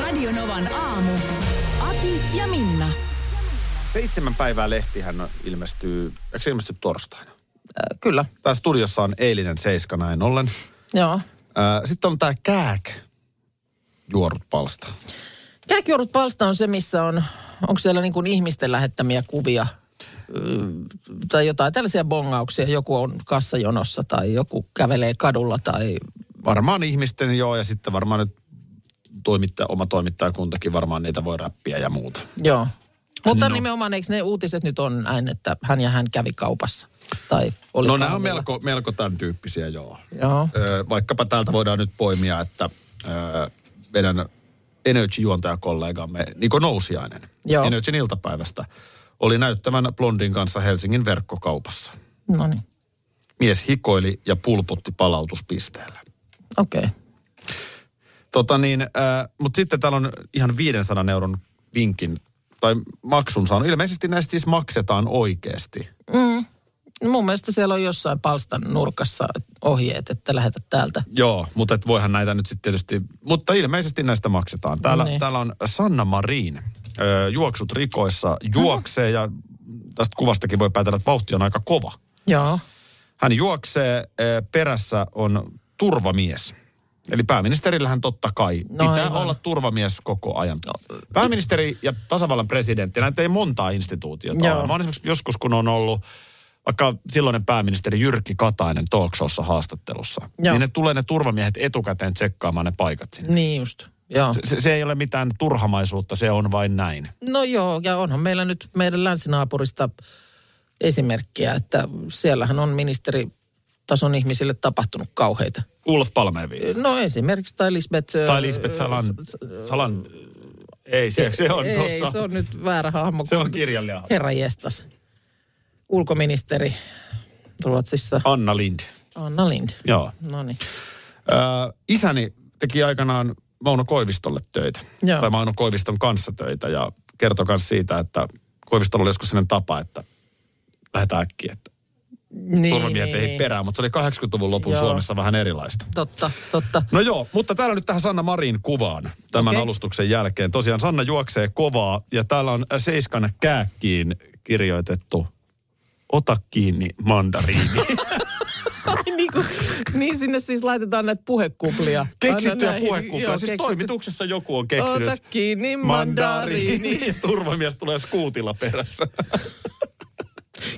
Radionovan aamu. Ati ja Minna. Seitsemän päivää lehtihän on- ilmestyy, eikö se ilmesty torstaina? Ö, Kyllä, Tää studiossa on eilinen seiska näin ollen. joo. Ää, Sitten on tää kääk juorut palsta. Kääkijuorut palsta on se, missä on, onko siellä niin kuin ihmisten lähettämiä kuvia ö, tai jotain tällaisia bongauksia. Joku on kassajonossa tai joku kävelee kadulla tai Varmaan ihmisten joo ja sitten varmaan nyt toimittaja, oma toimittajakuntakin varmaan niitä voi räppiä ja muuta. joo. Mutta No. no. nimenomaan eikö ne uutiset nyt on näin, että hän ja hän kävi kaupassa tai oli no nämä on kahvilla? melko, melko tämän tyyppisiä joo. Joo. Ö, vaikkapa täältä voidaan nyt poimia, että ö, meidän Energy-juontajakollegamme Niko Nousiainen Joo. Energyn iltapäivästä oli näyttävän Blondin kanssa Helsingin verkkokaupassa. No niin, Mies hikoili ja pulputti palautuspisteellä. okei. Okay. Tota niin, äh, mutta sitten täällä on ihan 500 euron vinkin tai maksun saanut. Ilmeisesti näistä siis maksetaan oikeasti. No mun mielestä siellä on jossain palstan nurkassa ohjeet, että lähetä täältä. Joo, mutta et voihan näitä nyt sitten tietysti, mutta ilmeisesti näistä maksetaan. Täällä, Niin. täällä on Sanna Marin, ö, juoksut rikoissa, juoksee ja tästä kuvastakin voi päätellä, että vauhti on aika kova. Joo, Hän juoksee, ö, perässä on turvamies. Eli pääministerillähän totta kai No pitää aivan. olla turvamies koko ajan. Pääministeri ja tasavallan presidentti, näitä ei montaa instituutiota Joo. ole. Mä oon esimerkiksi joskus, kun on ollut vaikka silloinen pääministeri Jyrki Katainen talkshowssa haastattelussa, Joo. niin ne tulee ne turvamiehet etukäteen tsekkaamaan ne paikat sinne. niin just. Joo. Se- Se, se ei ole mitään turhamaisuutta, se on vain näin. No joo, ja onhan meillä nyt meidän länsinaapurista esimerkkiä, että siellähän on ministeritason ihmisille tapahtunut kauheita. Ulf Palmeen viitta. No esimerkiksi tai Lisbeth... ö, Tai Lisbeth Salan, Salan, ei se, se on ei, tuossa. se on nyt väärä hahmo. Se kun on kirjailija. Herra jestas. Ulkoministeri Ruotsissa, Anna Lind. Anna Lind. Joo. No niin. Ö, isäni teki aikanaan Mauno Koivistolle töitä. Joo. Tai Mauno Koiviston kanssa töitä ja kertoi myös siitä, että Koivistolla oli joskus sellainen tapa, että lähdetään äkkiä, että Niin, turvamiehet ei perään, mutta se oli 80-luvun lopun Joo. Suomessa vähän erilaista. Totta, totta. No joo, mutta täällä nyt tähän Sanna Marin kuvaan tämän Okei. alustuksen jälkeen. Tosiaan Sanna juoksee kovaa ja täällä on Seiskan kääkkiin kirjoitettu Ota kiinni mandariini. niin, kuin, niin sinne siis laitetaan näitä puhekuplia. Keksittyä Aina näihin- puhekuplia. joo, Siis keksitty. toimituksessa joku on keksinyt. Ota kiinni mandariini. Ja Turvamies tulee skuutilla perässä.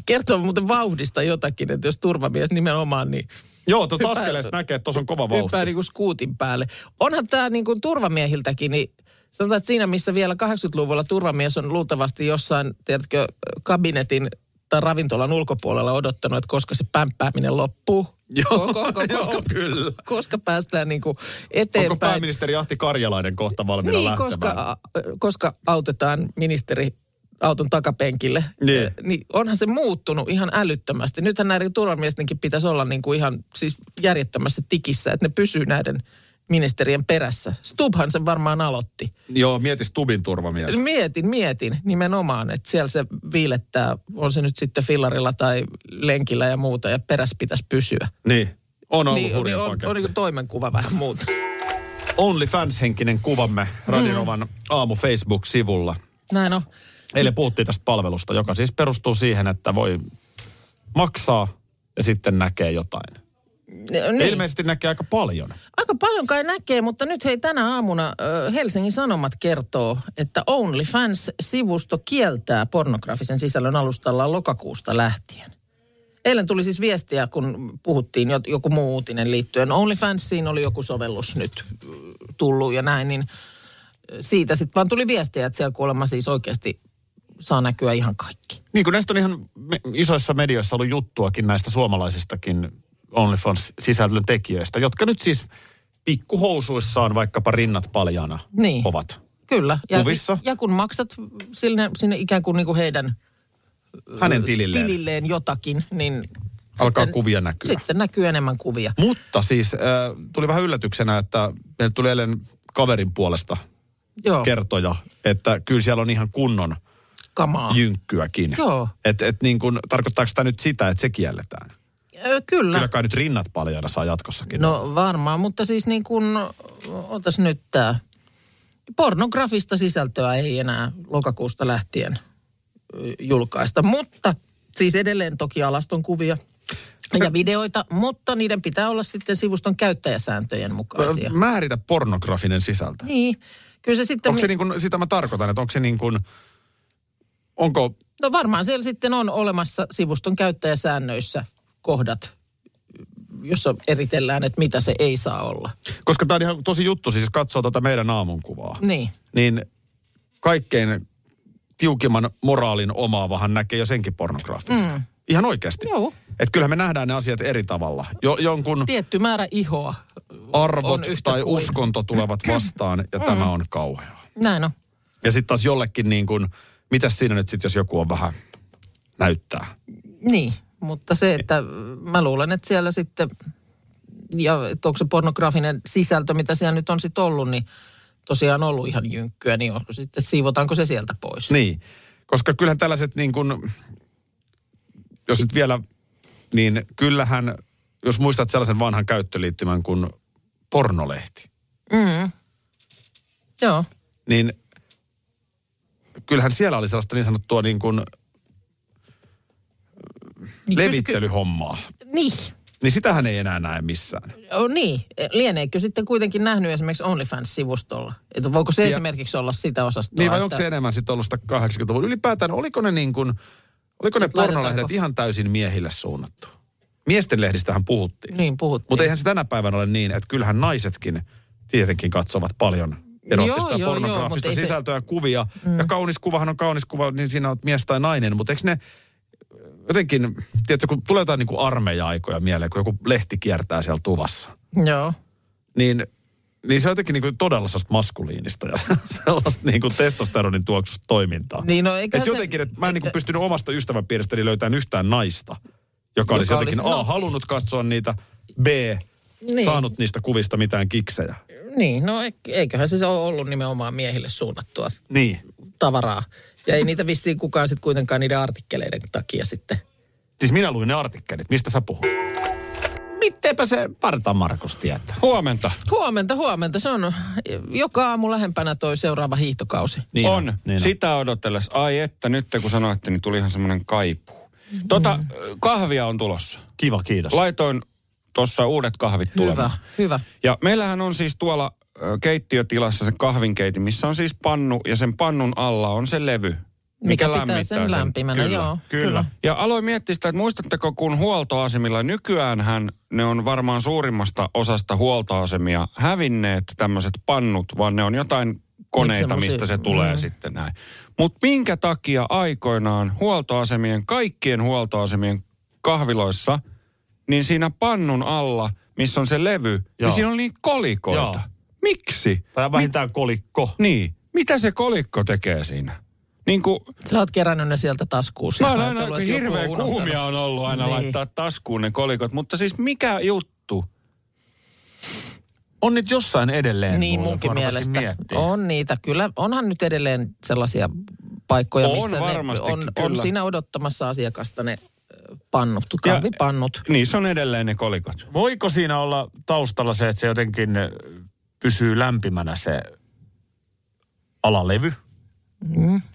Kertoo muuten vauhdista jotakin, että jos turvamies nimenomaan, niin Joo, tuota Hyppää- askeleesta näkee, että tuossa on kova vauhti. hyppää niin kuin skuutin päälle. Onhan tämä niin kuin turvamiehiltäkin, niin sanotaan, että siinä missä vielä 80-luvulla turvamies on luultavasti jossain, tiedätkö, kabinetin tai ravintolan ulkopuolella odottanut, että koska se pämppääminen loppuu. Joo, koska, joo, kyllä. koska päästään niin kuin Onko eteenpäin. pääministeri Ahti Karjalainen kohta valmiina Niin, lähtemään? koska, a- koska autetaan ministeri auton takapenkille, Niin. Eh, niin onhan se muuttunut ihan älyttömästi. Nythän näiden turvamiestenkin pitäisi olla niin kuin ihan siis järjettömässä tikissä, että ne pysyy näiden ministerien perässä. Stubhan sen varmaan aloitti. Joo, mieti Stubin turvamies. Mietin, mietin nimenomaan, että siellä se viilettää, on se nyt sitten fillarilla tai lenkillä ja muuta, ja perässä pitäisi pysyä. Niin. On ollut Niin, hurja niin on, on, paketti. on niin kuin toimenkuva vähän muuta. OnlyFans-henkinen kuvamme Mm. Radinovan aamu Facebook-sivulla. Näin on. Mm. Eilen puhuttiin tästä palvelusta, joka siis perustuu siihen, että voi maksaa ja sitten näkee jotain. Niin. Niin. Ilmeisesti näkee aika paljon. Aika paljon kai näkee, mutta nyt hei tänä aamuna ö, Helsingin Sanomat kertoo, että OnlyFans-sivusto kieltää pornografisen sisällön alustallaan lokakuusta lähtien. Eilen tuli siis viestiä, kun puhuttiin jo- joku muu uutinen liittyen. OnlyFansiin oli joku sovellus nyt ö, tullut ja näin, niin siitä sitten vaan tuli viestiä, että siellä kuulemma siis oikeasti saa näkyä ihan kaikki. Niin kuin näistä on ihan me- isoissa medioissa ollut juttuakin näistä suomalaisistakin OnlyFans-sisällön tekijöistä, jotka nyt siis pikkuhousuissaan vaikkapa rinnat paljana Niin. ovat. Kyllä. Ja, siis Kuvissa. ja kun maksat sinne, sinne ikään kuin, niin kuin heidän Hänen tililleen tililleen jotakin, niin alkaa sitten- kuvia näkyä. Sitten näkyy enemmän kuvia. Mutta siis äh, tuli vähän yllätyksenä, että meille tuli eilen kaverin puolesta Joo, kertoja, että kyllä siellä on ihan kunnon kamaa. jynkkyäkin. Ah. Joo. Et, et niin kun, tarkoittaako tämä nyt sitä, että se kielletään? Ö, Kyllä. Kyllä kai nyt rinnat paljana saa jatkossakin. No varmaan, mutta siis niin kuin, otas nyt tämä. Pornografista sisältöä ei enää lokakuusta lähtien ö, julkaista, mutta siis edelleen toki alaston kuvia ja videoita, mutta niiden pitää olla sitten sivuston käyttäjäsääntöjen mukaisia. Ö, Määritä pornografinen sisältö. Niin, kyllä se sitten... Onko se niin kuin, sitä mä tarkoitan, että onko se niin kuin, onko, No varmaan siellä sitten on olemassa sivuston käyttäjäsäännöissä kohdat, jossa eritellään, että mitä se ei saa olla. koska tämä on ihan tosi juttu, siis jos katsoo tätä meidän aamunkuvaa, Niin. niin kaikkein tiukimman moraalin omaavahan näkee jo senkin pornografisen. Mm. Ihan oikeasti. Joo. Et kyllähän me nähdään ne asiat eri tavalla. Jo, jonkun Tietty määrä ihoa. arvot on yhtä tai kuin. Mm. uskonto tulevat vastaan ja tämä on kauheaa. Näin on. Ja sitten taas jollekin niin kuin, mitäs siinä nyt sitten, jos joku on vähän näyttää? Niin, mutta se, että mä luulen, että siellä sitten, ja että onko se pornografinen sisältö, mitä siellä nyt on sitten ollut, niin tosiaan ollut ihan jynkkyä, niin onko sitten, siivotaanko se sieltä pois? Niin, koska kyllähän tällaiset niin kuin, jos nyt vielä, niin kyllähän, jos muistat sellaisen vanhan käyttöliittymän kuin pornolehti, Mm. Joo, niin kyllähän siellä oli sellaista niin sanottua niin kuin Niin levittelyhommaa. niin. Niin sitähän ei enää näe missään. Oh, niin, lieneekö sitten kuitenkin nähnyt esimerkiksi OnlyFans-sivustolla? Että voiko se Sie- esimerkiksi olla sitä osastoa? Niin vai että- onko se enemmän sitten ollut sitä 80-luvun? Ylipäätään oliko ne niin kuin, oliko ne laitetaanko? pornolehdet ihan täysin miehille suunnattu? Miesten lehdistähän puhuttiin. Niin puhuttiin. Mutta eihän se tänä päivänä ole niin, että kyllähän naisetkin tietenkin katsovat paljon erottista Joo, ja joo, joo, pornograafista mutta ei se- sisältöä ja kuvia. Mm. Ja kaunis kuvahan on kaunis kuva, niin siinä on mies tai nainen. Mutta eikö ne jotenkin, tiedätkö, kun tulee jotain niin kuin armeija-aikoja mieleen, kun joku lehti kiertää siellä tuvassa, Joo. niin, niin se on jotenkin niin kuin todella sellaista maskuliinista ja sellaista niin kuin testosteronin tuoksusta toimintaa. Niin, no, eiköhän et se- jotenkin, että mä en niin kuin eikä- pystynyt omasta ystäväpiiristäni löytämään yhtään naista, joka olisi Joka jotenkin olisi- A, no. halunnut katsoa niitä, B, Niin. saanut niistä kuvista mitään kiksejä. Niin, no e- eiköhän se se ole ollut nimenomaan miehille suunnattua Niin. tavaraa. Ja ei niitä vissiin kukaan sitten kuitenkaan niiden artikkeleiden takia sitten. Siis minä luin ne artikkelit, mistä sä puhut? Mitenpä se Parta Markus tietää? Huomenta. Huomenta, huomenta. Se on joka aamu lähempänä toi seuraava hiihtokausi. Niin on. on. Niin Sitä odotellessa. Ai että, nyt kun sanoitte, niin tuli ihan semmoinen kaipuu. Mm-hmm. Tota, ö, kahvia on tulossa. Kiva, kiitos. Laitoin tuossa uudet kahvit Hyvä, tulemaan. hyvä. Ja meillähän on siis tuolla ö, keittiötilassa se kahvinkeitin, missä on siis pannu ja sen pannun alla on se levy. Mikä, Mikä, pitää lämmittää sen lämpimänä, Kyllä. joo. Kyllä. Ja aloin miettiä sitä, että muistatteko, kun huoltoasemilla nykyäänhän ne on varmaan suurimmasta osasta huoltoasemia hävinneet tämmöiset pannut, vaan ne on jotain koneita, semmosia- mistä se tulee mm. sitten näin. Mutta minkä takia aikoinaan huoltoasemien, kaikkien huoltoasemien kahviloissa, niin siinä pannun alla, missä on se levy, Joo. niin siinä on niitä kolikoita. Joo. Miksi? Tai vähintään kolikko. Niin. Mitä se kolikko tekee siinä? Niin kuin Sä oot kerännyt ne sieltä taskuusi. Mä oon aina, kun hirveän kuumia on ollut aina Niin. niin. laittaa taskuun ne kolikot, mutta siis mikä juttu? On nyt jossain edelleen. Niin mulla, munkin kun mä rupesin mielestä. miettimään. On niitä. Kyllä onhan nyt edelleen sellaisia paikkoja, On missä ne varmastikin, on, on kyllä. siinä odottamassa asiakasta ne ö, pannut, Ja- kahvipannut. Niissä Niin, on edelleen ne kolikot. Voiko siinä olla taustalla se, että se jotenkin äh, pysyy lämpimänä se alalevy?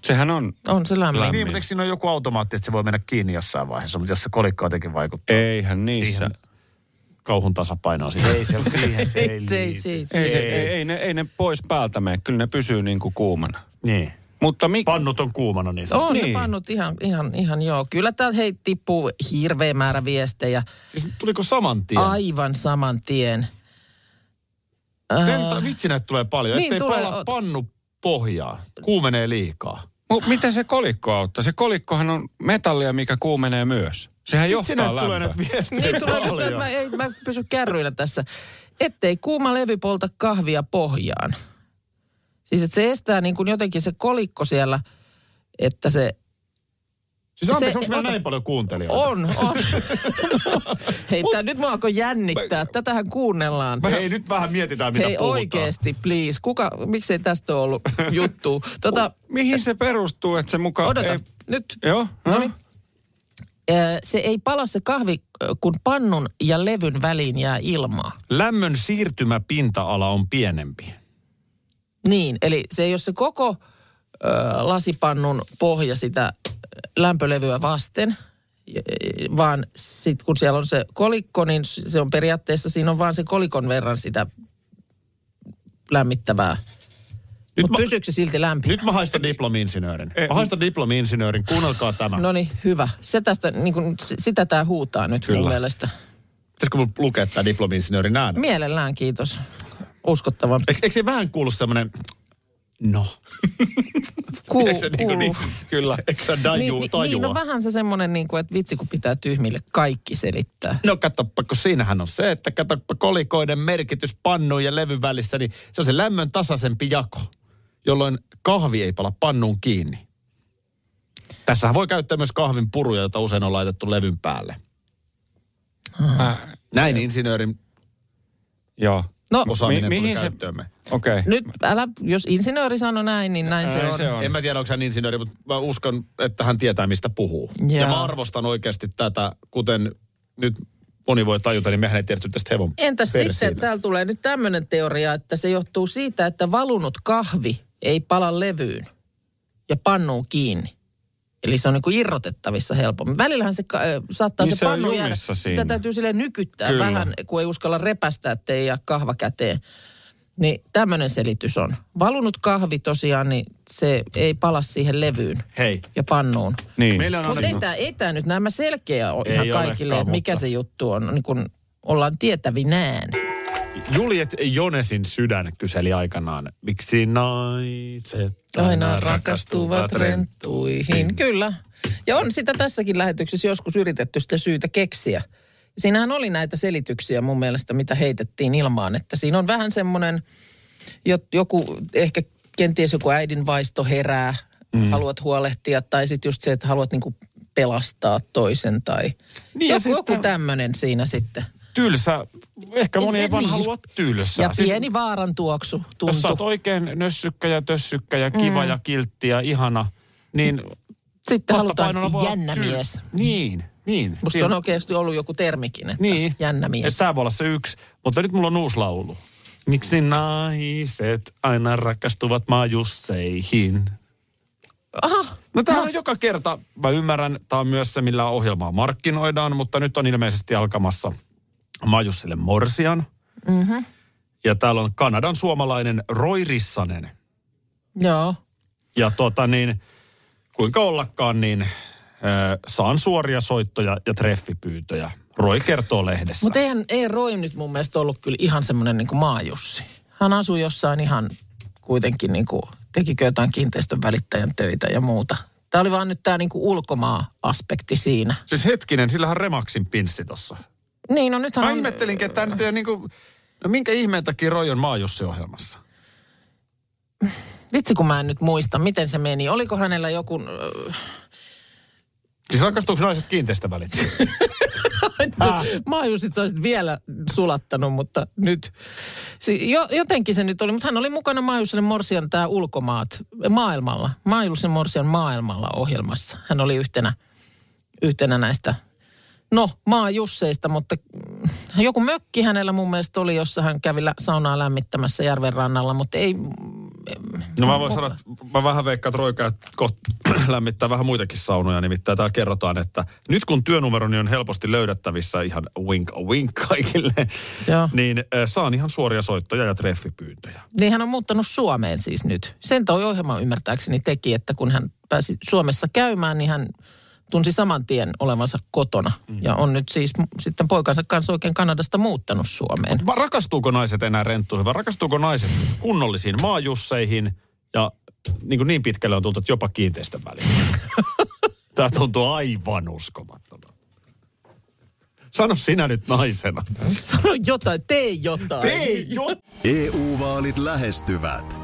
Sehän on. On se lämmin. Lämmin. Niin, mutta eikö siinä ole joku automaatti, että se voi mennä kiinni jossain vaiheessa, mutta jos se kolikko jotenkin vaikuttaa Eihän niissä. Siihen. kauhun tasapainoon siinä. Ei se siihen, se Ei, siis se, ei, se, ei, se. Ei, se, ei, ei, ne, ei ne pois päältä mene, kyllä ne pysyy niin kuin kuumana. Niin. Mutta mi- Pannut on kuumana niin sanotusti. On niin. Niin. se pannut ihan, ihan, ihan joo. Kyllä täältä hei tippuu hirveä määrä viestejä. Siis tuliko saman tien? Aivan saman tien. Sen, ta- vitsi näitä tulee paljon, Niin ettei tulee, pala oot- pannu pohjaan. Kuumenee liikaa. mu- mitä se kolikko auttaa? Se kolikkohan on metallia, mikä kuumenee myös. Sehän Vitsi johtaa näitä tulee lämpöön. nyt viestejä Niin tulee, nyt, paljon. että mä, ei, mä pysy kärryillä tässä. ettei kuuma levy polta kahvia pohjaan. Siis että se estää niin kuin jotenkin se kolikko siellä, että se Siis Se- anteeksi, onko meillä ota- näin paljon kuuntelijoita? on, on. Hei, tää, nyt mua alkoi jännittää. Tätähän kuunnellaan. Hei, nyt vähän mietitään, mitä Hei puhutaan. oikeesti, please. Kuka, miksei tästä ole ollut juttu? Tota, Mihin se perustuu, että se mukaan... odota, nyt. Joo, no niin. Ö, Se ei pala se kahvi, ö, kun pannun ja levyn väliin jää ilmaa. Lämmön siirtymäpinta-ala on pienempi. Niin, eli se ei ole se koko ö, lasipannun pohja sitä lämpölevyä vasten, e- e- vaan sitten kun siellä on se kolikko, niin s- se on periaatteessa, siinä on vaan se kolikon verran sitä lämmittävää. Nyt Mutta mä, pysyykö se silti lämpi? nyt mä haistan diplomi-insinöörin. Mä haistan diplomi-insinöörin, kuunnelkaa tämä. No niin, hyvä. Se tästä, niin kun, s- sitä tämä huutaa nyt Kyllä. mun Kyllä. mielestä. Pitäisikö mun lukea tämä diplomi-insinöörin ääni? Mielellään kiitos. Uskottavan. Eikö, eikö se vähän kuulu semmoinen, no. Kuu, Eikö se niinku kuuluu. niin, kyllä. Eikö se Niin, daju, niin, tajua? niin, no vähän se semmoinen, niin kuin, että vitsi kun pitää tyhmille kaikki selittää. No katsoppa, kun siinähän on se, että katsoppa kolikoiden merkitys pannun ja levyn välissä, niin se on se lämmön tasaisempi jako, jolloin kahvi ei pala pannuun kiinni. Tässähän voi käyttää myös kahvin puruja, jota usein on laitettu levyn päälle. Mä, Näin insinöörin Äh, joo. No, osaaminen Mi- Mi- tuli mihin se- käyttöömme. Okei. Okay. Nyt älä, jos insinööri sanoi näin, niin näin se Näin on. se on. En mä tiedä, onko hän insinööri, mutta mä uskon, että hän tietää, mistä puhuu. Joo. Ja mä arvostan oikeasti tätä, kuten nyt moni voi tajuta, niin mehän ei tiedetty tästä hevon Entäs sitten, persiille. että täällä tulee nyt tämmöinen teoria, että se johtuu siitä, että valunut kahvi ei pala levyyn ja pannuu kiinni. Eli se on niin irrotettavissa helpommin. Välillähän se ka- ö, saattaa Niin se, se on pannu jäädä. jumissa Sitä siinä. täytyy sille nykyttää Kyllä. Kyllä. vähän, kun ei uskalla repästä, ettei jää kahva käteen. Niin tämmöinen selitys on. Valunut kahvi tosiaan, niin se ei pala siihen levyyn Hei, ja pannuun. Niin. meillä on Mutta ei annettu... tämä, ei tää nyt nämä selkeä ole Ei ihan olekaan, kaikille, että mikä mutta- se juttu on, niin kun ollaan tietävinään. Juljet Jonesin sydän kyseli aikanaan, miksi naiset Aina rakastuvat rentuihin. Kyllä. Ja on sitä tässäkin lähetyksessä joskus yritetty sitä syytä keksiä. Siinähän oli näitä selityksiä mun mielestä, mitä heitettiin ilmaan, että siinä on vähän semmoinen, jo- joku ehkä kenties joku äidin vaisto herää, mm. haluat huolehtia, tai sitten just se, että haluat niinku pelastaa toisen tai Niin, niin ja joku, joku sitten- tämmöinen siinä sitten. Tylsä, ehkä moni ei vaan Niin. halua tylsää. Ja pieni vaaran tuoksu Siis Jos sä oot tuntuu. oikein nössykkä ja tössykkä ja kiva mm. ja kiltti ja ihana, niin Sitten halutaan vastapainona voi olla jännä tyl- mies. Niin, niin. Musta se on oikeasti ollut joku termikin, että niin. niin. jännä mies. Et tää voi olla se yksi, mutta nyt mulla on uusi laulu. Miksi naiset aina rakastuvat maajusseihin? Aha, No tämä on joka kerta, mä ymmärrän, tämä on myös se, millä ohjelmaa markkinoidaan, mutta nyt on ilmeisesti alkamassa Majussille Morsian. Mm-hmm. Ja täällä on Kanadan suomalainen Roy Rissanen. joo. Ja tota niin, kuinka ollakaan, niin äh, saan suoria soittoja ja treffipyyntöjä. Roy kertoo lehdessä. Mutta eihän ei Roy nyt mun mielestä ollut kyllä ihan semmoinen niin maajussi. Hän asui jossain ihan kuitenkin niin kuin, tekikö jotain kiinteistön välittäjän töitä ja muuta. Tämä oli vaan nyt tämä niin ulkomaa-aspekti siinä. Siis hetkinen, sillähän on Remaxin pinssi tossa. Niin, no nythän Mä on... ihmettelinkin, että tää nyt ei ole niinku... No minkä ihmeen takia Roy on maajussi-ohjelmassa? Vitsi, kun mä en nyt muista, miten se meni. Oliko hänellä joku... ö, Siis rakastuuko naiset kiinteistövälit? Ah. Maajusit sä olisit vielä sulattanut, mutta nyt. Si- jo, jotenkin se nyt oli, mutta hän oli mukana Maajusin Morsian tämä ulkomaat maailmalla. Maajusin Morsian maailmalla ohjelmassa. Hän oli yhtenä, yhtenä näistä, no maajusseista, mutta mm, joku mökki hänellä mun mielestä oli, jossa hän kävi lä- saunaa lämmittämässä järven rannalla, mutta ei, No mä voin sanoa, että mä vähän veikkaan, että Roika koht- lämmittää vähän muitakin saunoja. Nimittäin täällä kerrotaan, että nyt kun työnumeroni on helposti löydettävissä, ihan wink wink kaikille, Joo. niin äh, saan ihan suoria soittoja ja treffipyyntöjä. niin hän on muuttanut Suomeen siis nyt. Sen toi ohjelma ymmärtääkseni teki, että kun hän pääsi Suomessa käymään, niin hän tunsi saman tien olevansa kotona. Mm. Ja on nyt siis m- sitten poikansa kanssa oikein Kanadasta muuttanut Suomeen. Va- Rakastuuko naiset enää renttuihin vai rakastuuko naiset kunnollisiin maajusseihin ja niin, kuin niin pitkälle on tultu, että jopa kiinteistön väliin? Tämä tuntuu aivan uskomattomalta. Sano sinä nyt naisena. Sano jotain, tee jotain. Ei, jo. EU-vaalit E lähestyvät.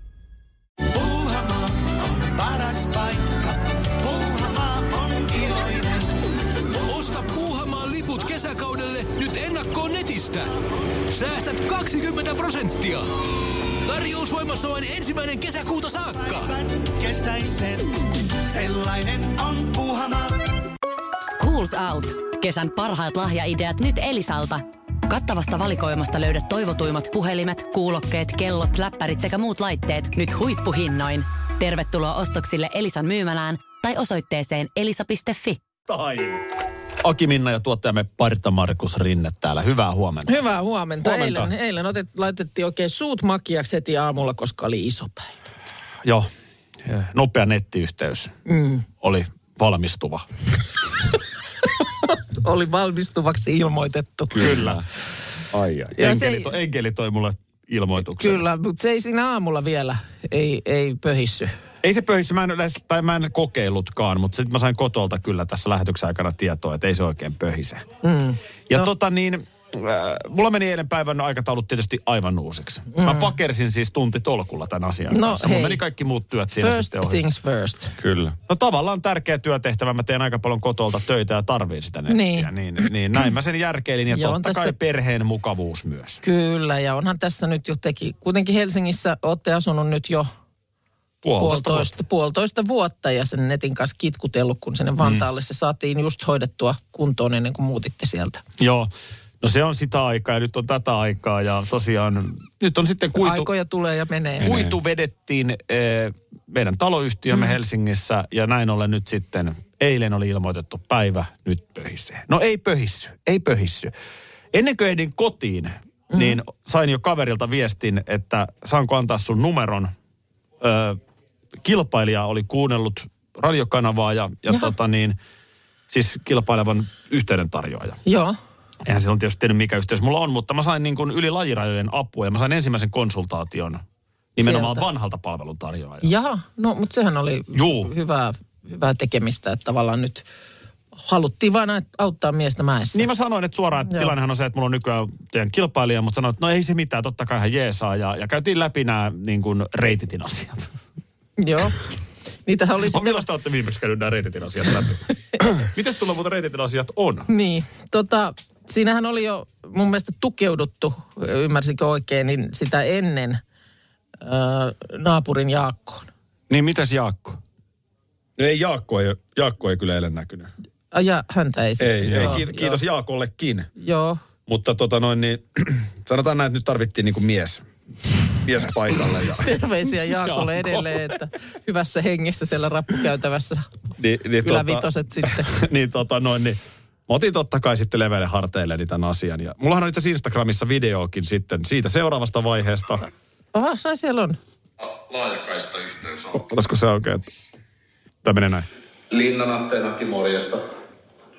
Puuhamaa on paras paikka. Puuhamaa on iloinen. Osta Puuhamaan liput kesäkaudelle nyt ennakkoon netistä. Säästät 20 prosenttia. Tarjous voimassa vain ensimmäinen kesäkuuta saakka. Kesäisen. Sellainen on Puuhamaa. Schools Out. Kesän parhaat lahjaideat nyt Elisalta. Kattavasta valikoimasta löydät toivotuimmat puhelimet, kuulokkeet, kellot, läppärit sekä muut laitteet nyt huippuhinnoin. Tervetuloa ostoksille Elisan myymälään tai osoitteeseen elisa.fi. Aki Minna ja tuottajamme Parta Markus Rinne täällä. Hyvää huomenta. Hyvää huomenta. Huomenta. Eilen, eilen otet, laitettiin oikein suut makiaksi heti aamulla, koska oli iso päivä. Joo, nopea nettiyhteys mm. oli valmistuva. Oli valmistuvaksi ilmoitettu. Kyllä. Ai ai. Ja Enkeli, se- to, enkeli toi mulle ilmoituksen. Kyllä, mutta se ei siinä aamulla vielä, ei, ei pöhissy. Ei se pöhissy, mä en, yleensä, tai mä en kokeillutkaan, mutta sitten mä sain kotolta kyllä tässä lähetyksen aikana tietoa, että ei se oikein pöhise. Mm. Ja no. tota niin, äh, mulla meni eilen päivän aikataulut tietysti aivan uusiksi. Mm. Mä pakersin siis tunti tolkulla tämän asian No, kanssa. Mulla hei. meni kaikki muut työt siinä First sitten ohi. things first. Kyllä. No tavallaan tärkeä työtehtävä. Mä teen aika paljon kotolta töitä ja tarviin sitä nettiä. Niin. Niin, niin näin mä sen järkeilin ja Ja on totta tässä- kai perheen mukavuus myös. Kyllä, ja onhan tässä nyt jo teki. Kuitenkin Helsingissä olette asunut nyt jo Puolitoista vuotta. puolitoista, puolitoista vuotta ja sen netin kanssa kitkutellut, kun sinne Mm. Vantaalle se saatiin just hoidettua kuntoon ennen kuin muutitte sieltä. Joo. No se on sitä aikaa ja nyt on tätä aikaa ja tosiaan nyt on sitten Kuitu. kuitu, Aikoja tulee ja menee. kuitu vedettiin eh, meidän taloyhtiömme mm. Helsingissä ja näin ollen nyt sitten eilen oli ilmoitettu päivä, nyt pöhisee. No ei pöhissy, ei pöhissy. Ennen kuin ehdin kotiin, mm. niin sain jo kaverilta viestin, että saanko antaa sun numeron. Ö, kilpailija oli kuunnellut radiokanavaa ja, ja tota niin, siis kilpailevan yhteyden tarjoaja. Joo, Eihän se on tietysti tiennyt, mikä yhteys mulla on, mutta mä sain niin kuin yli lajirajojen apua ja mä sain ensimmäisen konsultaation nimenomaan Sieltä. vanhalta palveluntarjoajalta. jaha, no mutta sehän oli Juu. hyvää, hyvää tekemistä, että tavallaan nyt haluttiin vain auttaa miestä mäessä. Niin mä sanoin, että suoraan, että Joo. tilannehan on se, että mulla on nykyään teidän kilpailija, mutta sanoin, että no ei se mitään, totta kai hän jeesaa. Ja, ja käytiin läpi nämä niin kuin reititin asiat. Joo, niitähän oli No, sitten milloin te olette viimeksi käynyt nämä reititin asiat läpi? Mitäs sulla muuten reititin asiat on? Niin, tota, siinähän oli jo mun mielestä tukeuduttu, ymmärsinkö oikein, niin sitä ennen ö, naapurin Jaakkoon. Niin mitäs Jaakko? No ei Jaakko, ei, Jaakko ei kyllä eilen näkynyt. Ai Ja häntä ei sitten. Ei, Joo, ei ki- kiitos Jaakollekin. Joo, Mutta tota noin niin, sanotaan näin, että nyt tarvittiin niinku mies. Mies paikalle. Ja, terveisiä Jaakolle edelleen, että hyvässä hengessä siellä rappukäytävässä niin, niin, ylävitoset sitten. niin tota noin niin. Mä otin totta kai sitten leveille harteille tämän asian. Ja mullahan on itse asiassa Instagramissa videokin sitten siitä seuraavasta vaiheesta. Aha, sai siellä on. Olisiko se oikein? että- Tää menee näin. Linnan Atteenakin morjesta.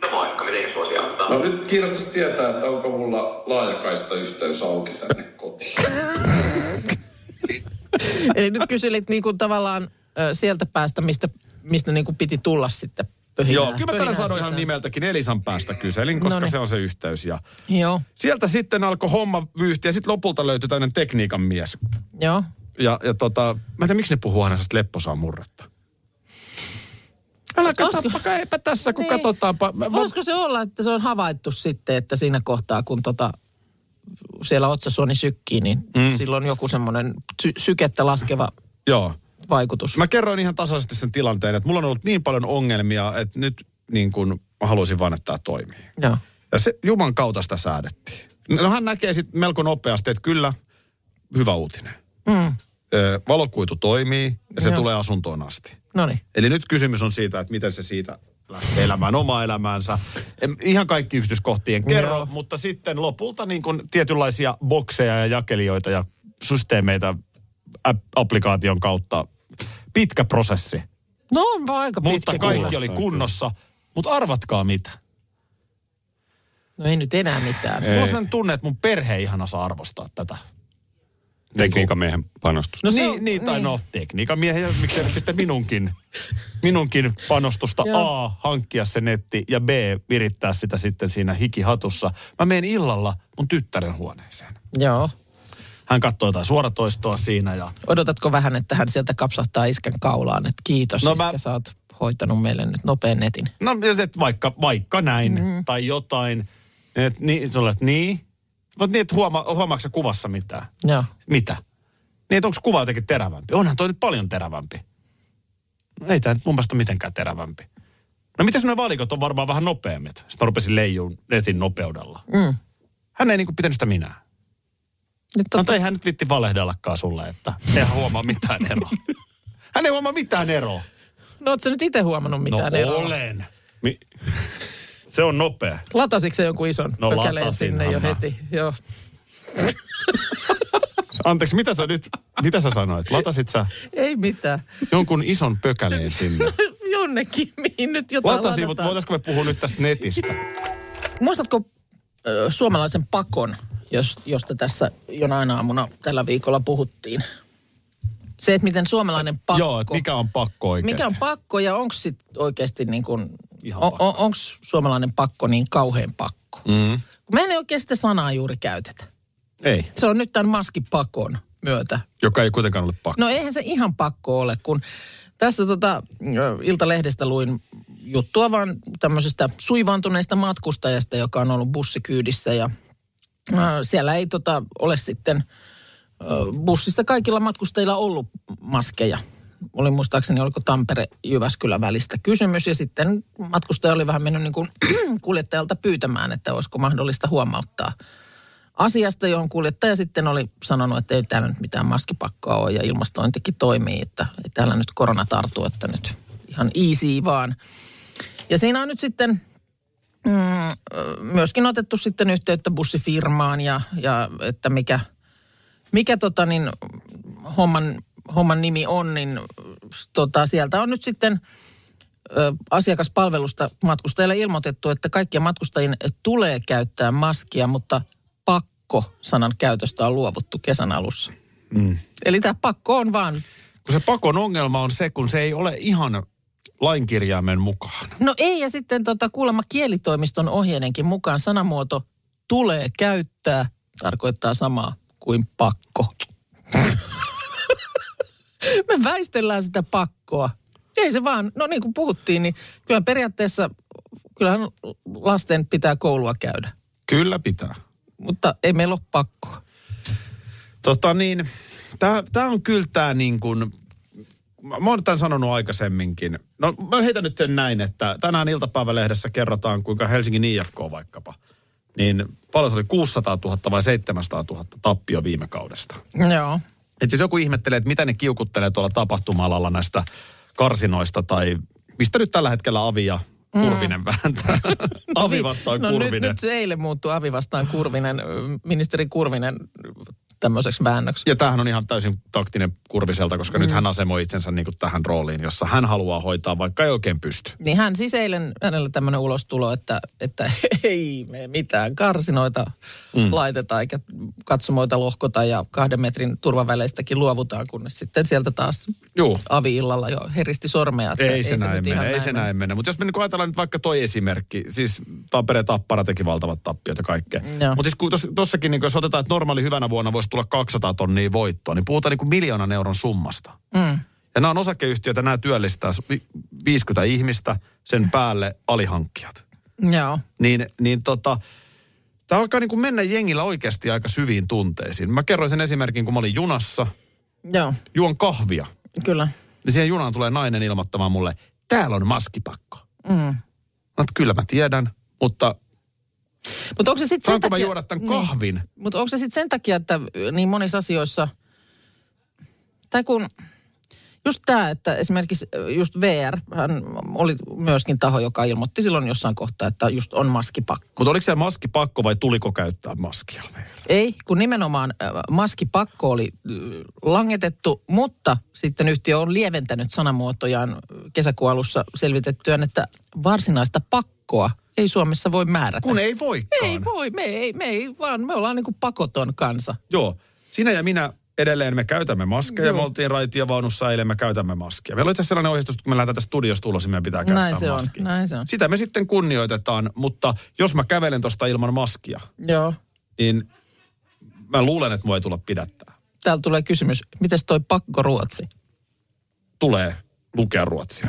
No moikka, miten voi auttaa? No nyt kiinnostaisi tietää, että onko mulla laajakaista yhteys auki tänne kotiin. Eli nyt kyselit niin kuin tavallaan ö, sieltä päästä, mistä, mistä niin kuin piti tulla sitten pöhinää. Joo, kyllä mä pöhinää tämän sanoin ihan sisään. nimeltäkin. Elisan päästä kyselin, koska Noniin. se on se yhteys. Ja Joo, sieltä sitten alkoi homma vyyhtiä ja sitten lopulta löytyi tämmöinen tekniikan mies. joo. Ja, ja tota, mä en tiedä, miksi ne puhuu aina sellaista lepposaa murretta. Älä katsoppa, eipä tässä, kun Niin. katsotaanpa. Mä, mä, Voisiko se olla, että se on havaittu sitten, että siinä kohtaa, kun tota, siellä otsasuoni sykkii, niin mm. sillä on joku semmoinen sy- sykettä laskeva joo. vaikutus. Mä kerroin ihan tasaisesti sen tilanteen, että mulla on ollut niin paljon ongelmia, että nyt niin kun, mä haluaisin vaan, että tämä toimii. Joo. Ja se Juman kautta sitä säädettiin. No hän näkee sitten melko nopeasti, että kyllä, hyvä uutinen. Mm. Ö, valokuitu toimii ja se Joo. tulee asuntoon asti. No niin. Eli nyt kysymys on siitä, että miten se siitä lähtee elämään omaa elämäänsä. En, ihan kaikki yksityiskohtien kerro, Joo. mutta sitten lopulta niin kuin tietynlaisia bokseja ja jakelijoita ja systeemeitä app- applikaation kautta. Pitkä prosessi, pitkä No on vaan aika pitkä. mutta kaikki kyllä. oli kunnossa. Mutta arvatkaa mitä. No ei nyt enää mitään. Mulla on sellainen tunne, että mun perhe ei ihan osaa arvostaa tätä. Tekniikan miehen panostus. No se niin, on- niin, tai niin. no, tekniikan miehiä, miksei nyt sitten minunkin, minunkin panostusta Joo. A, hankkia se netti ja B, virittää sitä sitten siinä hikihatussa. Mä menen illalla mun tyttären huoneeseen. Joo. Hän katsoo jotain suoratoistoa siinä ja Odotatko vähän, että hän sieltä kapsahtaa iskän kaulaan, että kiitos, no No iskä, mä- mä... sä oot hoitanut meille nyt nopean netin. no jos et vaikka, vaikka näin mm-hmm. tai jotain, et, niin, sä olet niin, mutta niin, että huoma, huomaatko sä kuvassa mitään? Joo. Mitä? Niin, että onko kuva jotenkin terävämpi? Onhan toi nyt paljon terävämpi. No, ei tämä nyt mun mielestä ole mitenkään terävämpi. No mitäs ne valikot on varmaan vähän nopeammat? Sitten mä rupesin leijuun netin nopeudella. Mm. Hän ei niinku pitänyt sitä minä. Nyt No on... mutta eihän nyt vitti valehdellakaan sulle, että ei hän huomaa mitään eroa. Hän ei huomaa mitään eroa. no oot sä nyt itse huomannut No mitään eroa? olen. Mi- se on nopea. Latasitko se jonkun ison No pökäleen sinne jo latasinhan mä. heti? Joo. Anteeksi, mitä sä nyt, mitä sä sanoit? Latasit sä Ei mitään. jonkun ison pökäleen sinne? Jonnekin, mihin nyt jotain Latasin, mutta ladataan. voitaisko me puhua nyt tästä netistä? Muistatko ö, suomalaisen pakon, jos, josta tässä jonain aamuna tällä viikolla puhuttiin? Se, että miten suomalainen pakko... Joo, että mikä on pakko oikeasti. mikä on pakko ja onko sit oikeasti niin kuin... Ihan On, onko suomalainen pakko niin kauhean pakko? Mm-hmm. Mm. Me ei oikein sitä sanaa juuri käytetä. Ei. Se on nyt tämän maskipakon myötä Joka ei kuitenkaan ole pakko. No eihän se ihan pakko ole, kun tässä tota, ö, Iltalehdestä luin juttua vaan tämmöisestä suivaantuneesta matkustajasta, joka on ollut bussikyydissä ja ö, siellä ei tota, ole sitten ö, bussissa kaikilla matkustajilla ollut maskeja. Oli muistaakseni, oliko Tampere-Jyväskylä välistä kysymys ja sitten matkustaja oli vähän mennyt niin kuin kuljettajalta pyytämään, että olisiko mahdollista huomauttaa asiasta, johon kuljettaja sitten oli sanonut, että ei täällä nyt mitään maskipakkoa ole ja ilmastointikin toimii, että ei täällä nyt korona tartu, että nyt ihan easy vaan. Ja siinä on nyt sitten mm, ö, myöskin otettu sitten yhteyttä bussifirmaan ja, ja että mikä, mikä tota niin, homman, homman nimi on, niin tota, sieltä on nyt sitten – ö, asiakaspalvelusta matkustajille ilmoitettu, että kaikkien matkustajien tulee käyttää maskia, mutta pakko-sanan käytöstä on luovuttu kesän alussa. Mm. Eli tämä pakko on vaan, Kun se pakon ongelma on se, kun se ei ole ihan lainkirjaimen mukaan. no ei ja sitten tota, kuulemma kielitoimiston ohjeidenkin mukaan sanamuoto tulee käyttää tarkoittaa samaa kuin pakko. Me väistellään sitä pakkoa. Ei se vaan, no niin kuin puhuttiin, niin kyllä periaatteessa, kyllähän lasten pitää koulua käydä. Kyllä pitää. mutta ei meillä ole pakkoa. Tota niin, tämä on kyllä tämä niin kuin, mä mä oon tämän sanonut aikaisemminkin. No mä heitän nyt sen näin, että tänään iltapäivälehdessä kerrotaan, kuinka Helsingin IFK vaikkapa, niin paljon se oli 600 000 vai 700 000 tappio viime kaudesta. Joo. Että jos joku ihmettelee, että mitä ne kiukuttelee tuolla tapahtuma-alalla näistä karsinoista tai mistä nyt tällä hetkellä Avi ja Kurvinen mm. vääntää. Avi vastaan no, Kurvinen. Nyt, nyt se eilen muuttui Avi vastaan Kurvinen, ö, ministeri Kurvinen ö, tämmöiseksi väännöksi. Ja tämähän on ihan täysin taktinen Kurviselta, koska mm. nyt hän asemoi itsensä niin kuin tähän rooliin, jossa hän haluaa hoitaa, vaikka ei oikein pysty. Niin hän siis eilen, hänellä tämmöinen ulostulo, että, että ei me mitään karsinoita mm. laiteta eikä katsomoita lohkota ja kahden metrin turvaväleistäkin luovutaan, kunnes sitten sieltä taas Joo. Avi illalla jo heristi sormea. Että Ei, ei se, näin nyt mene, ihan ei se näin mene. Mutta jos me niin ajatellaan nyt vaikka toi esimerkki, siis Tampere Tappara teki valtavat tappiot ja kaikkea. Joo. Mutta siis kun tos, tossakin, niin jos otetaan, että normaali hyvänä vuonna voisi tulla 200 tonnia voittoa, niin puhutaan niin kuin miljoonan euron summasta. Mm. Ja nämä on osakeyhtiöitä, nämä työllistää su- vi- 50 ihmistä, sen päälle alihankkijat. Joo. Niin, niin tota, tämä alkaa niin kuin mennä jengillä oikeasti aika syviin tunteisiin. Mä kerroin sen esimerkin, kun mä olin junassa, Joo, juon kahvia. kyllä. Niin siihen junaan tulee nainen ilmoittamaan mulle, täällä on maskipakko. Mm. No, että kyllä mä tiedän, mutta Mutta onko se sitten sen saanko mä takia... juoda tämän kahvin? Niin. Mutta onko se sitten sen takia, että niin monissa asioissa, tai kun Just tämä, että esimerkiksi just VR hän oli myöskin taho, joka ilmoitti silloin jossain kohtaa, että just on maskipakko. Mutta oliko siellä maskipakko vai tuliko käyttää maskia? Ei, kun nimenomaan äh, maskipakko oli äh, langetettu, mutta sitten yhtiö on lieventänyt sanamuotojaan äh, kesäkuun alussa selvitettyään, että varsinaista pakkoa ei Suomessa voi määrätä. Kun ei voikaan. ei voi, me ei, me ei vaan, me ollaan niin kuin pakoton kansa. Joo. Sinä ja minä edelleen me käytämme maskeja. Joo. Me oltiin raitiovaunussa eilen, me käytämme maskia. Meillä on itse asiassa sellainen ohjeistus, että kun me lähdetään tästä studiosta ulos, niin meidän pitää käyttää Näin se on, maskia. näin se on. Sitä me sitten kunnioitetaan, mutta jos mä kävelen tosta ilman maskia, Joo. niin mä luulen, että mua ei tulla pidättää. Täällä tulee kysymys, mites toi pakko ruotsi? Tulee lukea ruotsia.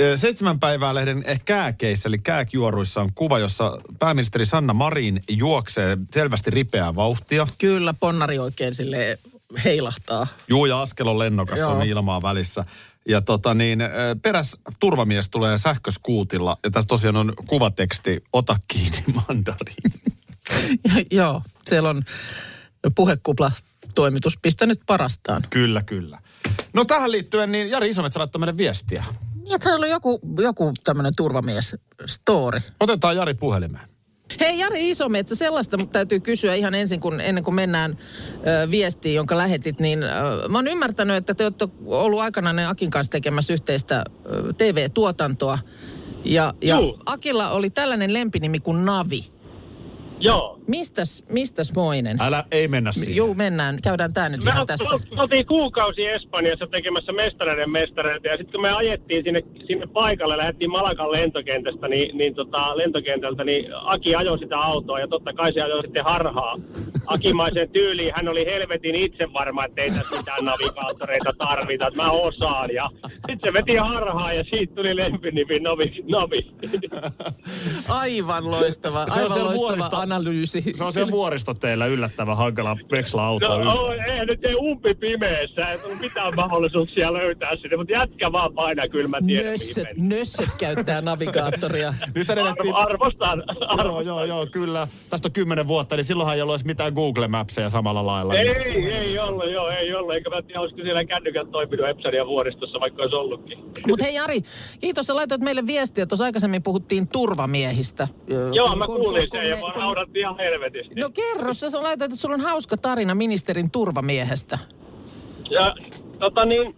Ö, Seitsemän päivää lehden kääkeissä, eli kääkjuoruissa on kuva, jossa pääministeri Sanna Marin juoksee selvästi ripeää vauhtia. Kyllä, ponnari oikein sille heilahtaa. Juu, ja askel on lennokas, se on Joo. ilmaa välissä. Ja tota niin, ö, peräs turvamies tulee sähköskuutilla, ja tässä tosiaan on kuvateksti, ota kiinni mandariin. Joo, siellä on puhekupla toimitus pistänyt parastaan. kyllä, kyllä. No tähän liittyen, niin Jari Isometsä laittoi meille viestiä. Ja täällä on joku, joku tämmöinen turvamies story. Otetaan Jari puhelimeen. Hei Jari Isometsä, sellaista mutta täytyy kysyä ihan ensin, kun, ennen kuin mennään ö, viestiin, jonka lähetit, niin ö, mä oon ymmärtänyt, että te olette ollut aikanaan ne Akin kanssa tekemässä yhteistä ö, TV-tuotantoa. Ja, ja Juu. Akilla oli tällainen lempinimi kuin Navi. Joo. Mistäs, mistäs moinen? Älä, ei mennä siihen. Juu, mennään. Käydään tämä nyt Me vähän ol- tässä. ol- oltiin kuukausi Espanjassa tekemässä mestareiden mestareita ja sitten kun me ajettiin sinne, sinne paikalle, lähdettiin Malakan lentokentästä, niin, niin tota, lentokentältä, niin Aki ajoi sitä autoa ja totta kai se ajoi sitten harhaa. Akimaisen tyyliin hän oli helvetin itse varma, että ei tässä mitään navigaattoreita tarvita, että mä osaan. Ja sitten se veti harhaa ja siitä tuli lempinimi Navi. navi. Aivan loistava, Se- se on aivan siellä loistava vuorista- analyysi. Se on se vuoristo teillä yllättävän hankala veksla autoa No, oh, ei, nyt ei umpi pimeessä, ei tullut mitään mahdollisuuksia löytää sinne, mutta jätkä vaan painaa kylmä tiedä, mihin Nössöt, mennään. nössöt käyttää navigaattoria. Nyt edettiin... Arvo, arvostan. Joo, joo, joo, kyllä. Tästä on kymmenen vuotta, niin silloinhan ei ollut edes mitään Google Mapsia samalla lailla. Ei, ei ollut, joo, ei ollut. Eikä mä tiedä, olisiko siellä kännykät toiminut Epsonia vuoristossa, vaikka olisi ollutkin. Mutta hei Jari, kiitos, sä laitoit meille viestiä. Tuossa aikaisemmin puhuttiin turvamiehistä. Joo, Kun- mä kun- kuulin kun- kun sen ja me- mä kun- nauratti ihan helvetisti. No kerro, sä sä laitoit, että sulla on hauska tarina ministerin turvamiehestä. Ja, tota niin,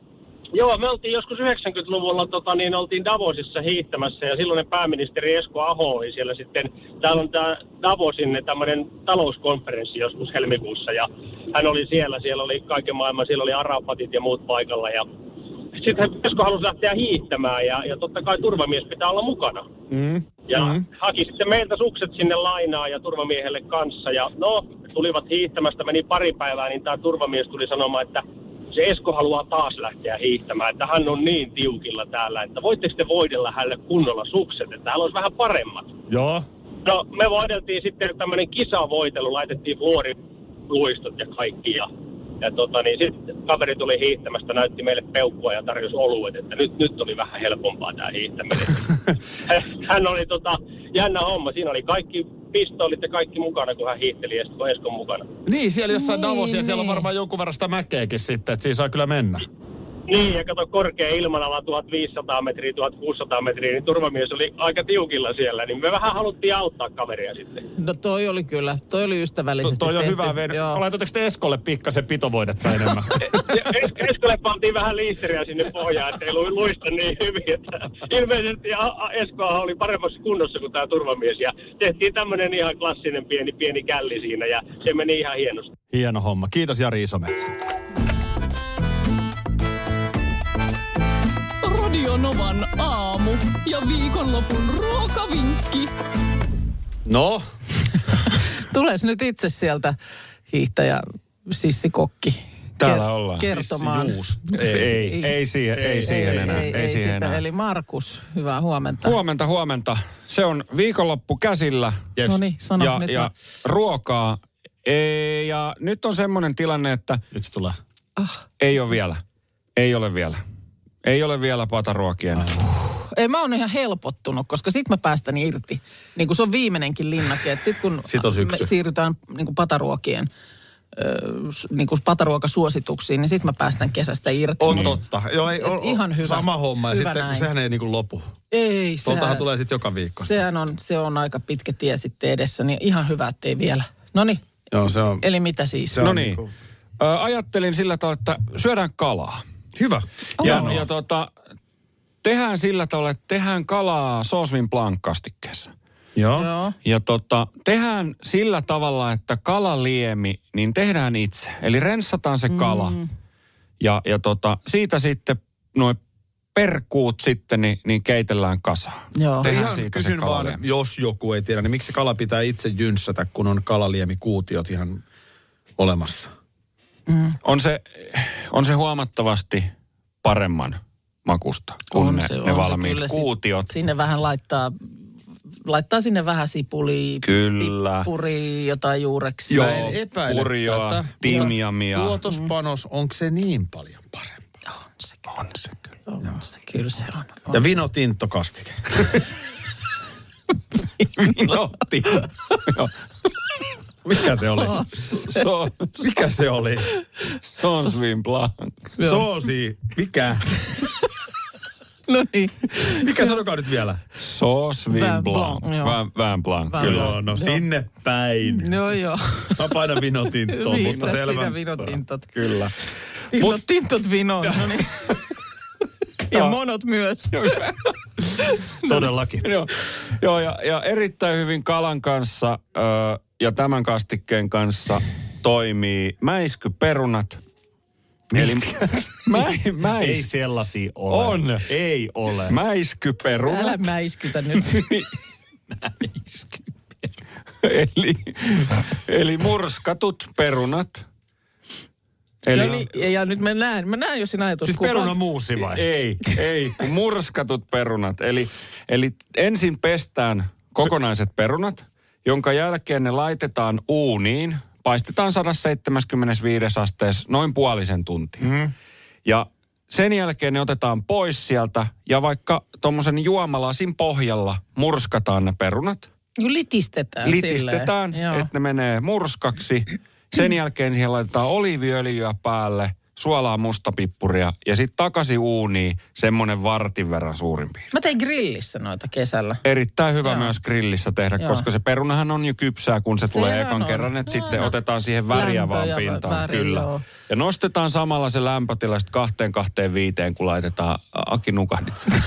joo, me oltiin joskus 90-luvulla tota niin, oltiin Davosissa hiihtämässä ja silloinen pääministeri Esko Aho oli siellä sitten. Täällä on tämä Davosin tämmöinen talouskonferenssi joskus helmikuussa ja hän oli siellä. Siellä oli kaiken maailman, siellä oli arapatit ja muut paikalla ja sitten Esko halusi lähteä hiihtämään ja, ja totta kai turvamies pitää olla mukana. Ja mm-hmm. haki sitten meiltä sukset sinne lainaa ja turvamiehelle kanssa. Ja no, tulivat hiihtämästä, meni pari päivää, niin tämä turvamies tuli sanomaan, että se Esko haluaa taas lähteä hiihtämään, että hän on niin tiukilla täällä, että voitteko te voidella hänelle kunnolla sukset, että hän olisi vähän paremmat. Joo. No, me voideltiin sitten tämmöinen kisavoitelu, laitettiin vuoriluistot ja kaikki. Ja, ja tota, niin sitten kaveri tuli hiihtämästä, näytti meille peukkua ja tarjosi oluet, että nyt, nyt oli vähän helpompaa tämä hiihtäminen. hän oli tota, jännä homma, siinä oli kaikki pistoolit ja kaikki mukana, kun hän hiihteli Esko, Eskon mukana. No, Niin, siellä jossain Niin, niin, Davosia, niin. siellä on niin. varmaan jonkun verran sitä mäkeäkin sitten, että siinä saa kyllä mennä. Niin, ja kato korkea ilmanala 1500 metriä, 1600 metriä, niin turvamies oli aika tiukilla siellä, niin me vähän haluttiin auttaa kaveria sitten. No toi oli kyllä, toi oli To, ystävällisesti toi on tehty. hyvä vene. Joo. Laitoitko te Eskolle pikkasen pitovoidetta enemmän? Ja Es- Eskolle pantiin vähän liisteriä sinne pohjaan, ettei lu- luista niin hyvin. Että ilmeisesti A- A- Eskoahan oli paremmassa kunnossa kuin tämä turvamies. Ja tehtiin tämmöinen ihan klassinen pieni, pieni källi siinä ja se meni ihan hienosti. Hieno homma. Kiitos Jari Isometsä. Radio Novan aamu ja viikonlopun ruokavinkki. No, Tules nyt itse sieltä hiihtäjä Sissi Kokki. Täällä ker- ollaan. Kertomaan. Juust. Ei, ei, ei siihen, ei, siihen ei, enää. Ei, ei, siihen sitä. enää. Eli Markus, hyvää huomenta. Huomenta, huomenta. Se on viikonloppu käsillä. Yes. No niin, sano ja, nyt. ja mä- ruokaa. Ei, ja nyt on semmoinen tilanne, että Nyt se tulee. ei ole vielä. Ei ole vielä. Ei ole vielä pataruokia. enää. Ei, mä oon ihan helpottunut, koska sit mä päästän irti. Niin kuin se on viimeinenkin linnake, että sit kun Sit on syksy. me siirrytään niin kuin pataruokien niin kuin pataruokasuosituksiin, niin sitten mä päästän kesästä irti. On Mut- totta. Joo, ei, Et on, ihan hyvä. Sama homma. Ja Hyvä sitten näin. sehän ei niinku lopu. Ei, Tuoltahan tulee sitten joka viikko. sehän on, se on aika pitkä tie sitten edessä, niin ihan hyvä, ettei vielä. No niin, Joo, se on. eli mitä siis? Se on No niin. niinku- Ö, Ajattelin sillä tavalla, että syödään kalaa. Hyvä. Ja, ja tota, tehdään sillä tavalla, että tehdään kalaa soosvin plankkastikkeessa. Joo. Joo. Ja tota, tehdään sillä tavalla, että kalaliemi, niin tehdään itse. Eli rensataan se kala. Mm. Ja, ja tota, siitä sitten noin perkuut sitten, niin, niin keitellään kasaan. Joo. Tehdään Ihan siitä se kysyn vaan, kalaliemi. jos joku ei tiedä, niin miksi se kala pitää itse jynssätä, kun on kalaliemikuutiot ihan olemassa? On se, on se huomattavasti paremman makusta kuin On ne, se- ne on se valmiit kyllä. Sit- kuutiot. Sinne vähän laittaa, laittaa sinne vähän sipulia, Kyllä. pippuri, jotain juureksi. Joo, Mä en epäile purjoa, tätä. timjamia. Tuotospanos, onko se niin paljon parempi? On se kyllä. On se kyllä. On se, kyllä se on. on. Ja vino tinto kastike. Minotti. Joo, Mikä se oli? so, Mikä se oli? Sonsvin Blanc. Soosi. Mikä? No niin. Mikä sanokaa nyt vielä? Sosvin Vin Blanc. Blanc, joo. Vin- Vin Blanc, Vin kyllä. Joo, Mm. no sinne päin. Joo, No joo. Mä painan vinotintoon, mutta Riitä selvä. sinä vinotintot. Kyllä. Tintot, tintot vinoon. No niin. Ja monot myös. Todellakin. Joo, joo ja, ja erittäin hyvin kalan kanssa ö, ja tämän kastikkeen kanssa toimii mäiskyperunat. Eli mä, mäis, sellaisia ole. Ei ole. mäiskyperunat. Älä mäiskytä nyt. eli, eli murskatut perunat. Ja, niin, ja, ja nyt mä näen, mä näen jo sinä ajatus. Siis kun- peruna muusi vai? Ei, ei. kun Murskatut perunat. Eli, eli ensin pestään kokonaiset perunat, jonka jälkeen ne laitetaan uuniin. Paistetaan 175 asteessa noin puolisen tuntia. Mm. Ja sen jälkeen ne otetaan pois sieltä ja vaikka tuommoisen juomalasin pohjalla murskataan ne perunat. Juu, litistetään Litistetään, silleen. Joo. että ne menee murskaksi. Sen jälkeen siihen laitetaan oliiviöljyä päälle, suolaa mustapippuria ja sitten takaisin uuniin semmoinen vartin verran suurin piirtein. Mä tein grillissä noita kesällä. Erittäin hyvä Joo. Joo. myös grillissä tehdä, Joo. Joo. koska se perunahan on jo kypsää, kun se, tulee Sehän ekan on. kerran, että Joo, sitten joo. otetaan siihen Lämpö väriä vaan ja vä- pintaan. väri, kyllä. joo. Ja nostetaan samalla se lämpötila sitten kahteen, kahteen, viiteen, kun laitetaan ä, Aki nukahditse.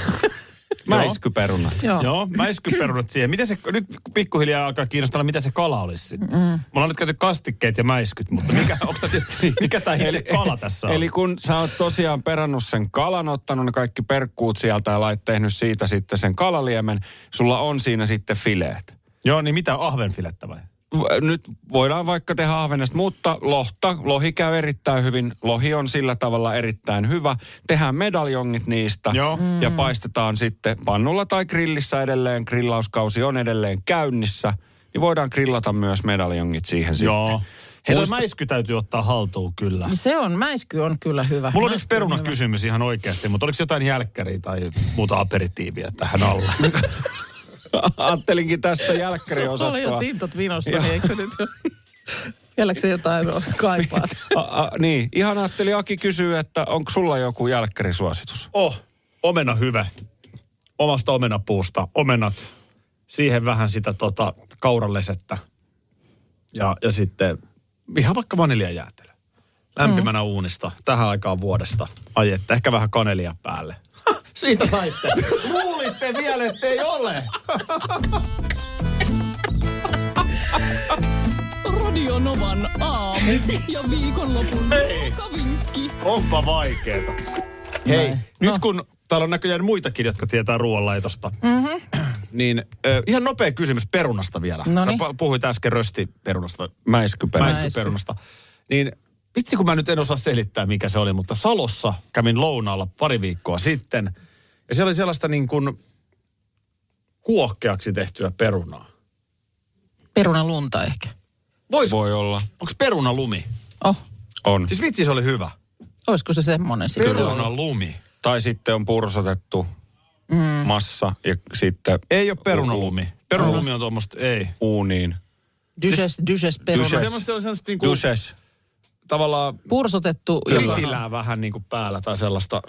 Mäiskyperunat. Joo. Joo, mäiskyperunat siihen. Miten se, nyt pikkuhiljaa alkaa kiinnostaa, mitä se kala olisi sitten. Mm. Me ollaan nyt käyty kastikkeet ja mäiskyt, mutta mikä, onks tässä, mikä tämä itse kala tässä on? Eli kun sä oot tosiaan perannut sen kalan, ottanut ne kaikki perkkuut sieltä ja lait tehnyt siitä sitten sen kalaliemen, sulla on siinä sitten fileet. Joo, niin mitä ahvenfilettä vai? V- Nyt voidaan vaikka tehdä ahvenesta, mutta lohta, lohi käy erittäin hyvin. Lohi on sillä tavalla erittäin hyvä. Tehdään medaljongit niistä Joo. ja paistetaan sitten pannulla tai grillissä edelleen. Grillauskausi on edelleen käynnissä. Niin voidaan grillata myös medaljongit siihen Joo. sitten. Hei, toi Muista- mäisky täytyy ottaa haltuun kyllä. Se on, mäisky on kyllä hyvä. Mulla on Mäisky yksi perunakysymys ihan oikeasti, mutta oliko jotain jälkkäriä tai muuta aperitiiviä tähän alle? Ajattelinkin tässä hyvä. Sulla oli jo jälkkäriosastoa. tintot vinossa, niin eikö se nyt jo... Vieläkö se jotain kaipaat? A, a, niin, ihan ajattelin Aki kysyy, että onko sulla joku jälkkärisuositus? Oh, omena hyvä. Omasta omenapuusta. Omenat. Siihen vähän sitä tota, kauralesettä. Ja, ja sitten ihan vaikka vaniljajäätelö. Lämpimänä mm. uunista tähän aikaan vuodesta. Ajette ehkä vähän kanelia päälle. Siitä saitte. Luulitte vielä, ettei ole. Radionovan aamu ja viikonlopun ruokavinkki. Onpa vaikeeta. Hei, nyt kun täällä on näköjään muitakin, jotka tietää ruoanlaitosta, mm-hmm. No niin ö, ihan nopea kysymys perunasta vielä. Noniin. Sä pu- puhuit äsken röstiperunasta, vai- Mäiskyperä. Mäisky- mäiskyperunasta. Niin vitsi kun mä nyt en osaa selittää, mikä se oli, mutta Salossa kävin lounaalla pari viikkoa sitten. Ja siellä oli sellaista niin kuin kuohkeaksi tehtyä perunaa. Perunalunta ehkä. Vois, Voi olla. onko peruna lumi? Oh, On. Siis vitsi se oli hyvä. olisiko se semmonen sitten? Peruna lumi. Tai sitten on pursotettu mm. massa ja sitten Ei ole perunalumi. Perunalumi on tuommoista, ei. uuniin. Dyses, dyses peruna. Se semmoista, semmoista niin kuin... Duses. tavallaan Pursotettu jollain- ritilää vähän niin kuin päällä tai sellaista.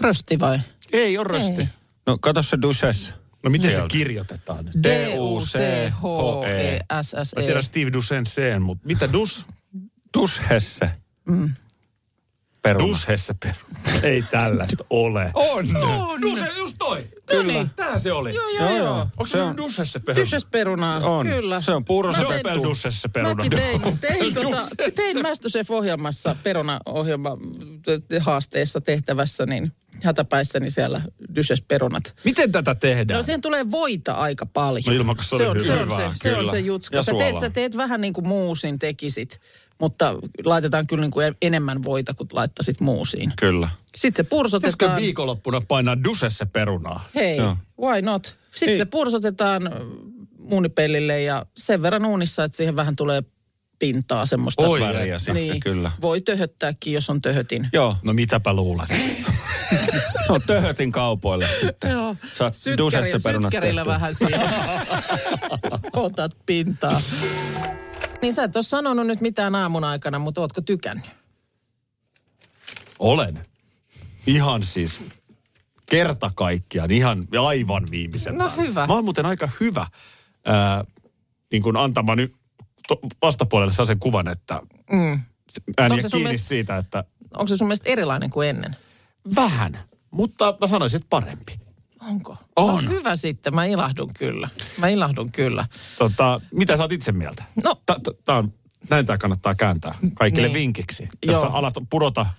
Rösti vai? Ei ole rösti. Ei. No kato se Duses. No miten Sieltä. se kirjoitetaan nyt? E Mä D-U-C-H-E-S-S-E. tiedän Steve Dusen sen, mutta mitä Dus? Dushesse. Mm. Peruna. Dushessa per. Ei tällaista ole. On. Duse, just toi. No niin. Tää se oli. Joo, joo, joo. Onko se, Se se on- Dusessa peruna? Tysäs perunaa. On. Kyllä. Se on puuro- Mä se on tein- peltu. Dusessa peruna. Mäkin tein, tein, tota, tein Mästösef-ohjelmassa, perunaohjelma haasteessa tehtävässä, niin hätäpäissäni siellä dyses perunat. Miten tätä tehdään? No siihen tulee voita aika paljon. No ilman, kun se oli on, se, on hyvää, se, se, on kyllä. se jutska. Ja sä, teet, suolaa. sä teet vähän niin kuin muusin tekisit, mutta laitetaan kyllä niin kuin enemmän voita kuin laittasit muusiin. Kyllä. Sitten se Pitäisikö pursotetaan. viikonloppuna painaa Dusessa perunaa? Hei, Joo. why not? Sitten Ei. se pursotetaan äh, muunipellille ja sen verran uunissa, että siihen vähän tulee pintaa semmoista. Oi, väriä sitten, niin. kyllä. Voi töhöttääkin, jos on töhötin. Joo. No mitäpä luulet? No töhötin kaupoille sitten. Joo. Sä oot Sytkärillä, Dusessa perunat sytkärillä tehty. vähän siihen. Otat pintaa. Niin sä et ole sanonut nyt mitään aamun aikana, mutta ootko tykännyt? Olen. Ihan siis kerta kaikkiaan, ihan aivan viimeisen No päälle. hyvä. Mä oon muuten aika hyvä ää, niin kuin antamaan nyt to- vastapuolelle sen kuvan, että mm. ääniä Onko se sun kiinni mielestä- siitä, että Onko se sun mielestä erilainen kuin ennen? vähän, mutta mä sanoisin, että parempi. Onko? On. No hyvä sitten, mä ilahdun kyllä. Mä ilahdun kyllä. Tota, mitä sä oot itse mieltä? No. Ta- ta- tää on, näin tämä kannattaa kääntää kaikille Niin. niin. vinkiksi. Jos Joo. sä alat pudota äh,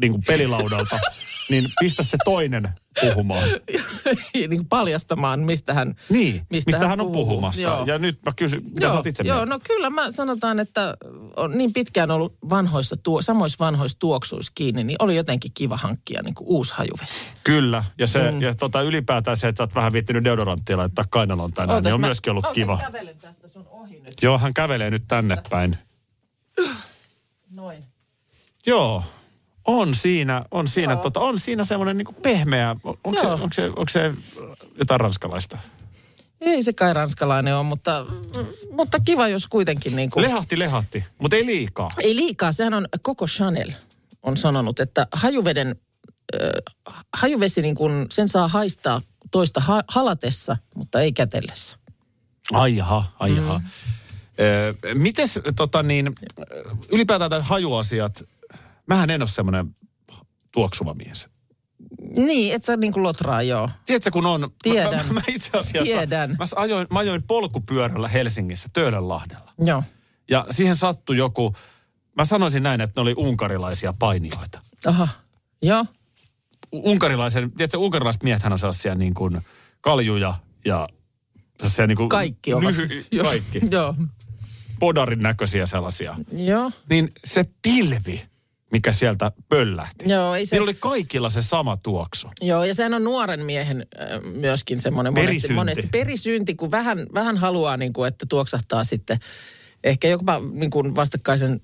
niin kuin pelilaudalta, niin pistä se toinen puhumaan. niin kuin paljastamaan, mistä hän, Niin, mistä hän on puhuu. puhumassa. Joo. Ja nyt mä kysyn, mitä joo, sä oot itse Joo, mieltä? no kyllä mä sanotaan, että on niin pitkään ollut vanhoissa, tuo, samoissa vanhoissa tuoksuissa kiinni, niin oli jotenkin kiva hankkia niin kuin uusi hajuvesi. Kyllä, ja, se, mm. ja tota, ylipäätään se, että sä oot vähän viittinyt deodoranttia laittaa kainaloon tänään, Ootas niin on mä- myöskin ollut ootas, kiva. Mä kävelen tästä sun ohi nyt, Joo, hän kävelee nyt tänne päin. noin. Joo, on siinä, on siinä, tota, on siinä semmoinen niinku pehmeä, on- onko se, Joo. onko, se, onko se jotain ranskalaista? Ei se kai ranskalainen ole, mutta, mutta kiva, jos kuitenkin niin kuin... Lehahti, lehahti, mutta ei liikaa. Ei liikaa, sehän on koko Chanel on sanonut, että hajuveden, äh, hajuvesi niin kuin, sen saa haistaa toista ha- halatessa, mutta ei kätellessä. Ai jaha, ai jaha. Mm. Öö, mites tota niin, ylipäätään tämän hajuasiat, mähän en ole semmoinen tuoksuva mies. Niin, et sä niin kuin lotraa, joo. Tiedätkö, kun on... Tiedän. Mä, mä, mä itse asiassa... Tiedän. Mä ajoin, mä ajoin polkupyörällä Helsingissä, Töölönlahdella. Joo. Ja siihen sattui joku... Mä sanoisin näin, että ne oli unkarilaisia painijoita. Aha, joo. U- Unkarilaisen... Tiedätkö, unkarilaiset miehethän on sellaisia niin kuin kaljuja ja... Sellaisia niin kuin... Kaikki ovat. Lyhy, Joo. kaikki. Joo. Podarin näköisiä sellaisia. Joo. Niin se pilvi, mikä sieltä pöllähti. Joo, ei se- Niillä oli kaikilla se sama tuoksu. Joo, ja sehän on nuoren miehen äh, myöskin semmoinen monesti, Perisynti. monesti perisynti, kun vähän, vähän haluaa, niin kuin, että tuoksahtaa sitten ehkä jopa niin kuin vastakkaisen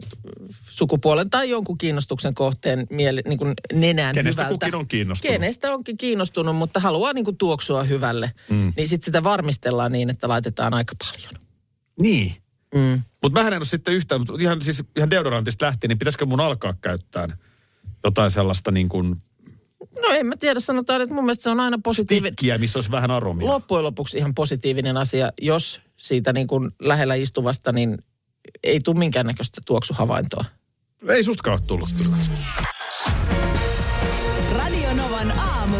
sukupuolen tai jonkun kiinnostuksen kohteen miele, niin kuin nenään Kenestä hyvältä. kukin on kiinnostunut. Kenestä onkin kiinnostunut, mutta haluaa niin kuin tuoksua hyvälle. Mm. Niin sitten sitä varmistellaan niin, että laitetaan aika paljon. Niin. Mm. Mutta mä en ole sitten yhtään, mutta ihan, siis ihan deodorantista lähtien, niin pitäisikö mun alkaa käyttää jotain sellaista niin kuin No en mä tiedä, sanotaan, että mun mielestä se on aina positiivinen. tikkiä, missä olisi vähän aromia? loppujen lopuksi ihan positiivinen asia, jos siitä niin kuin lähellä istuvasta niin ei tule minkäännäköistä tuoksuhavaintoa. Ei sustakaan ole tullut. Radio Novan aamu.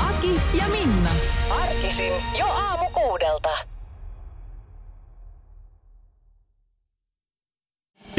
Aki ja Minna. Arkisin jo aamu kuudelta.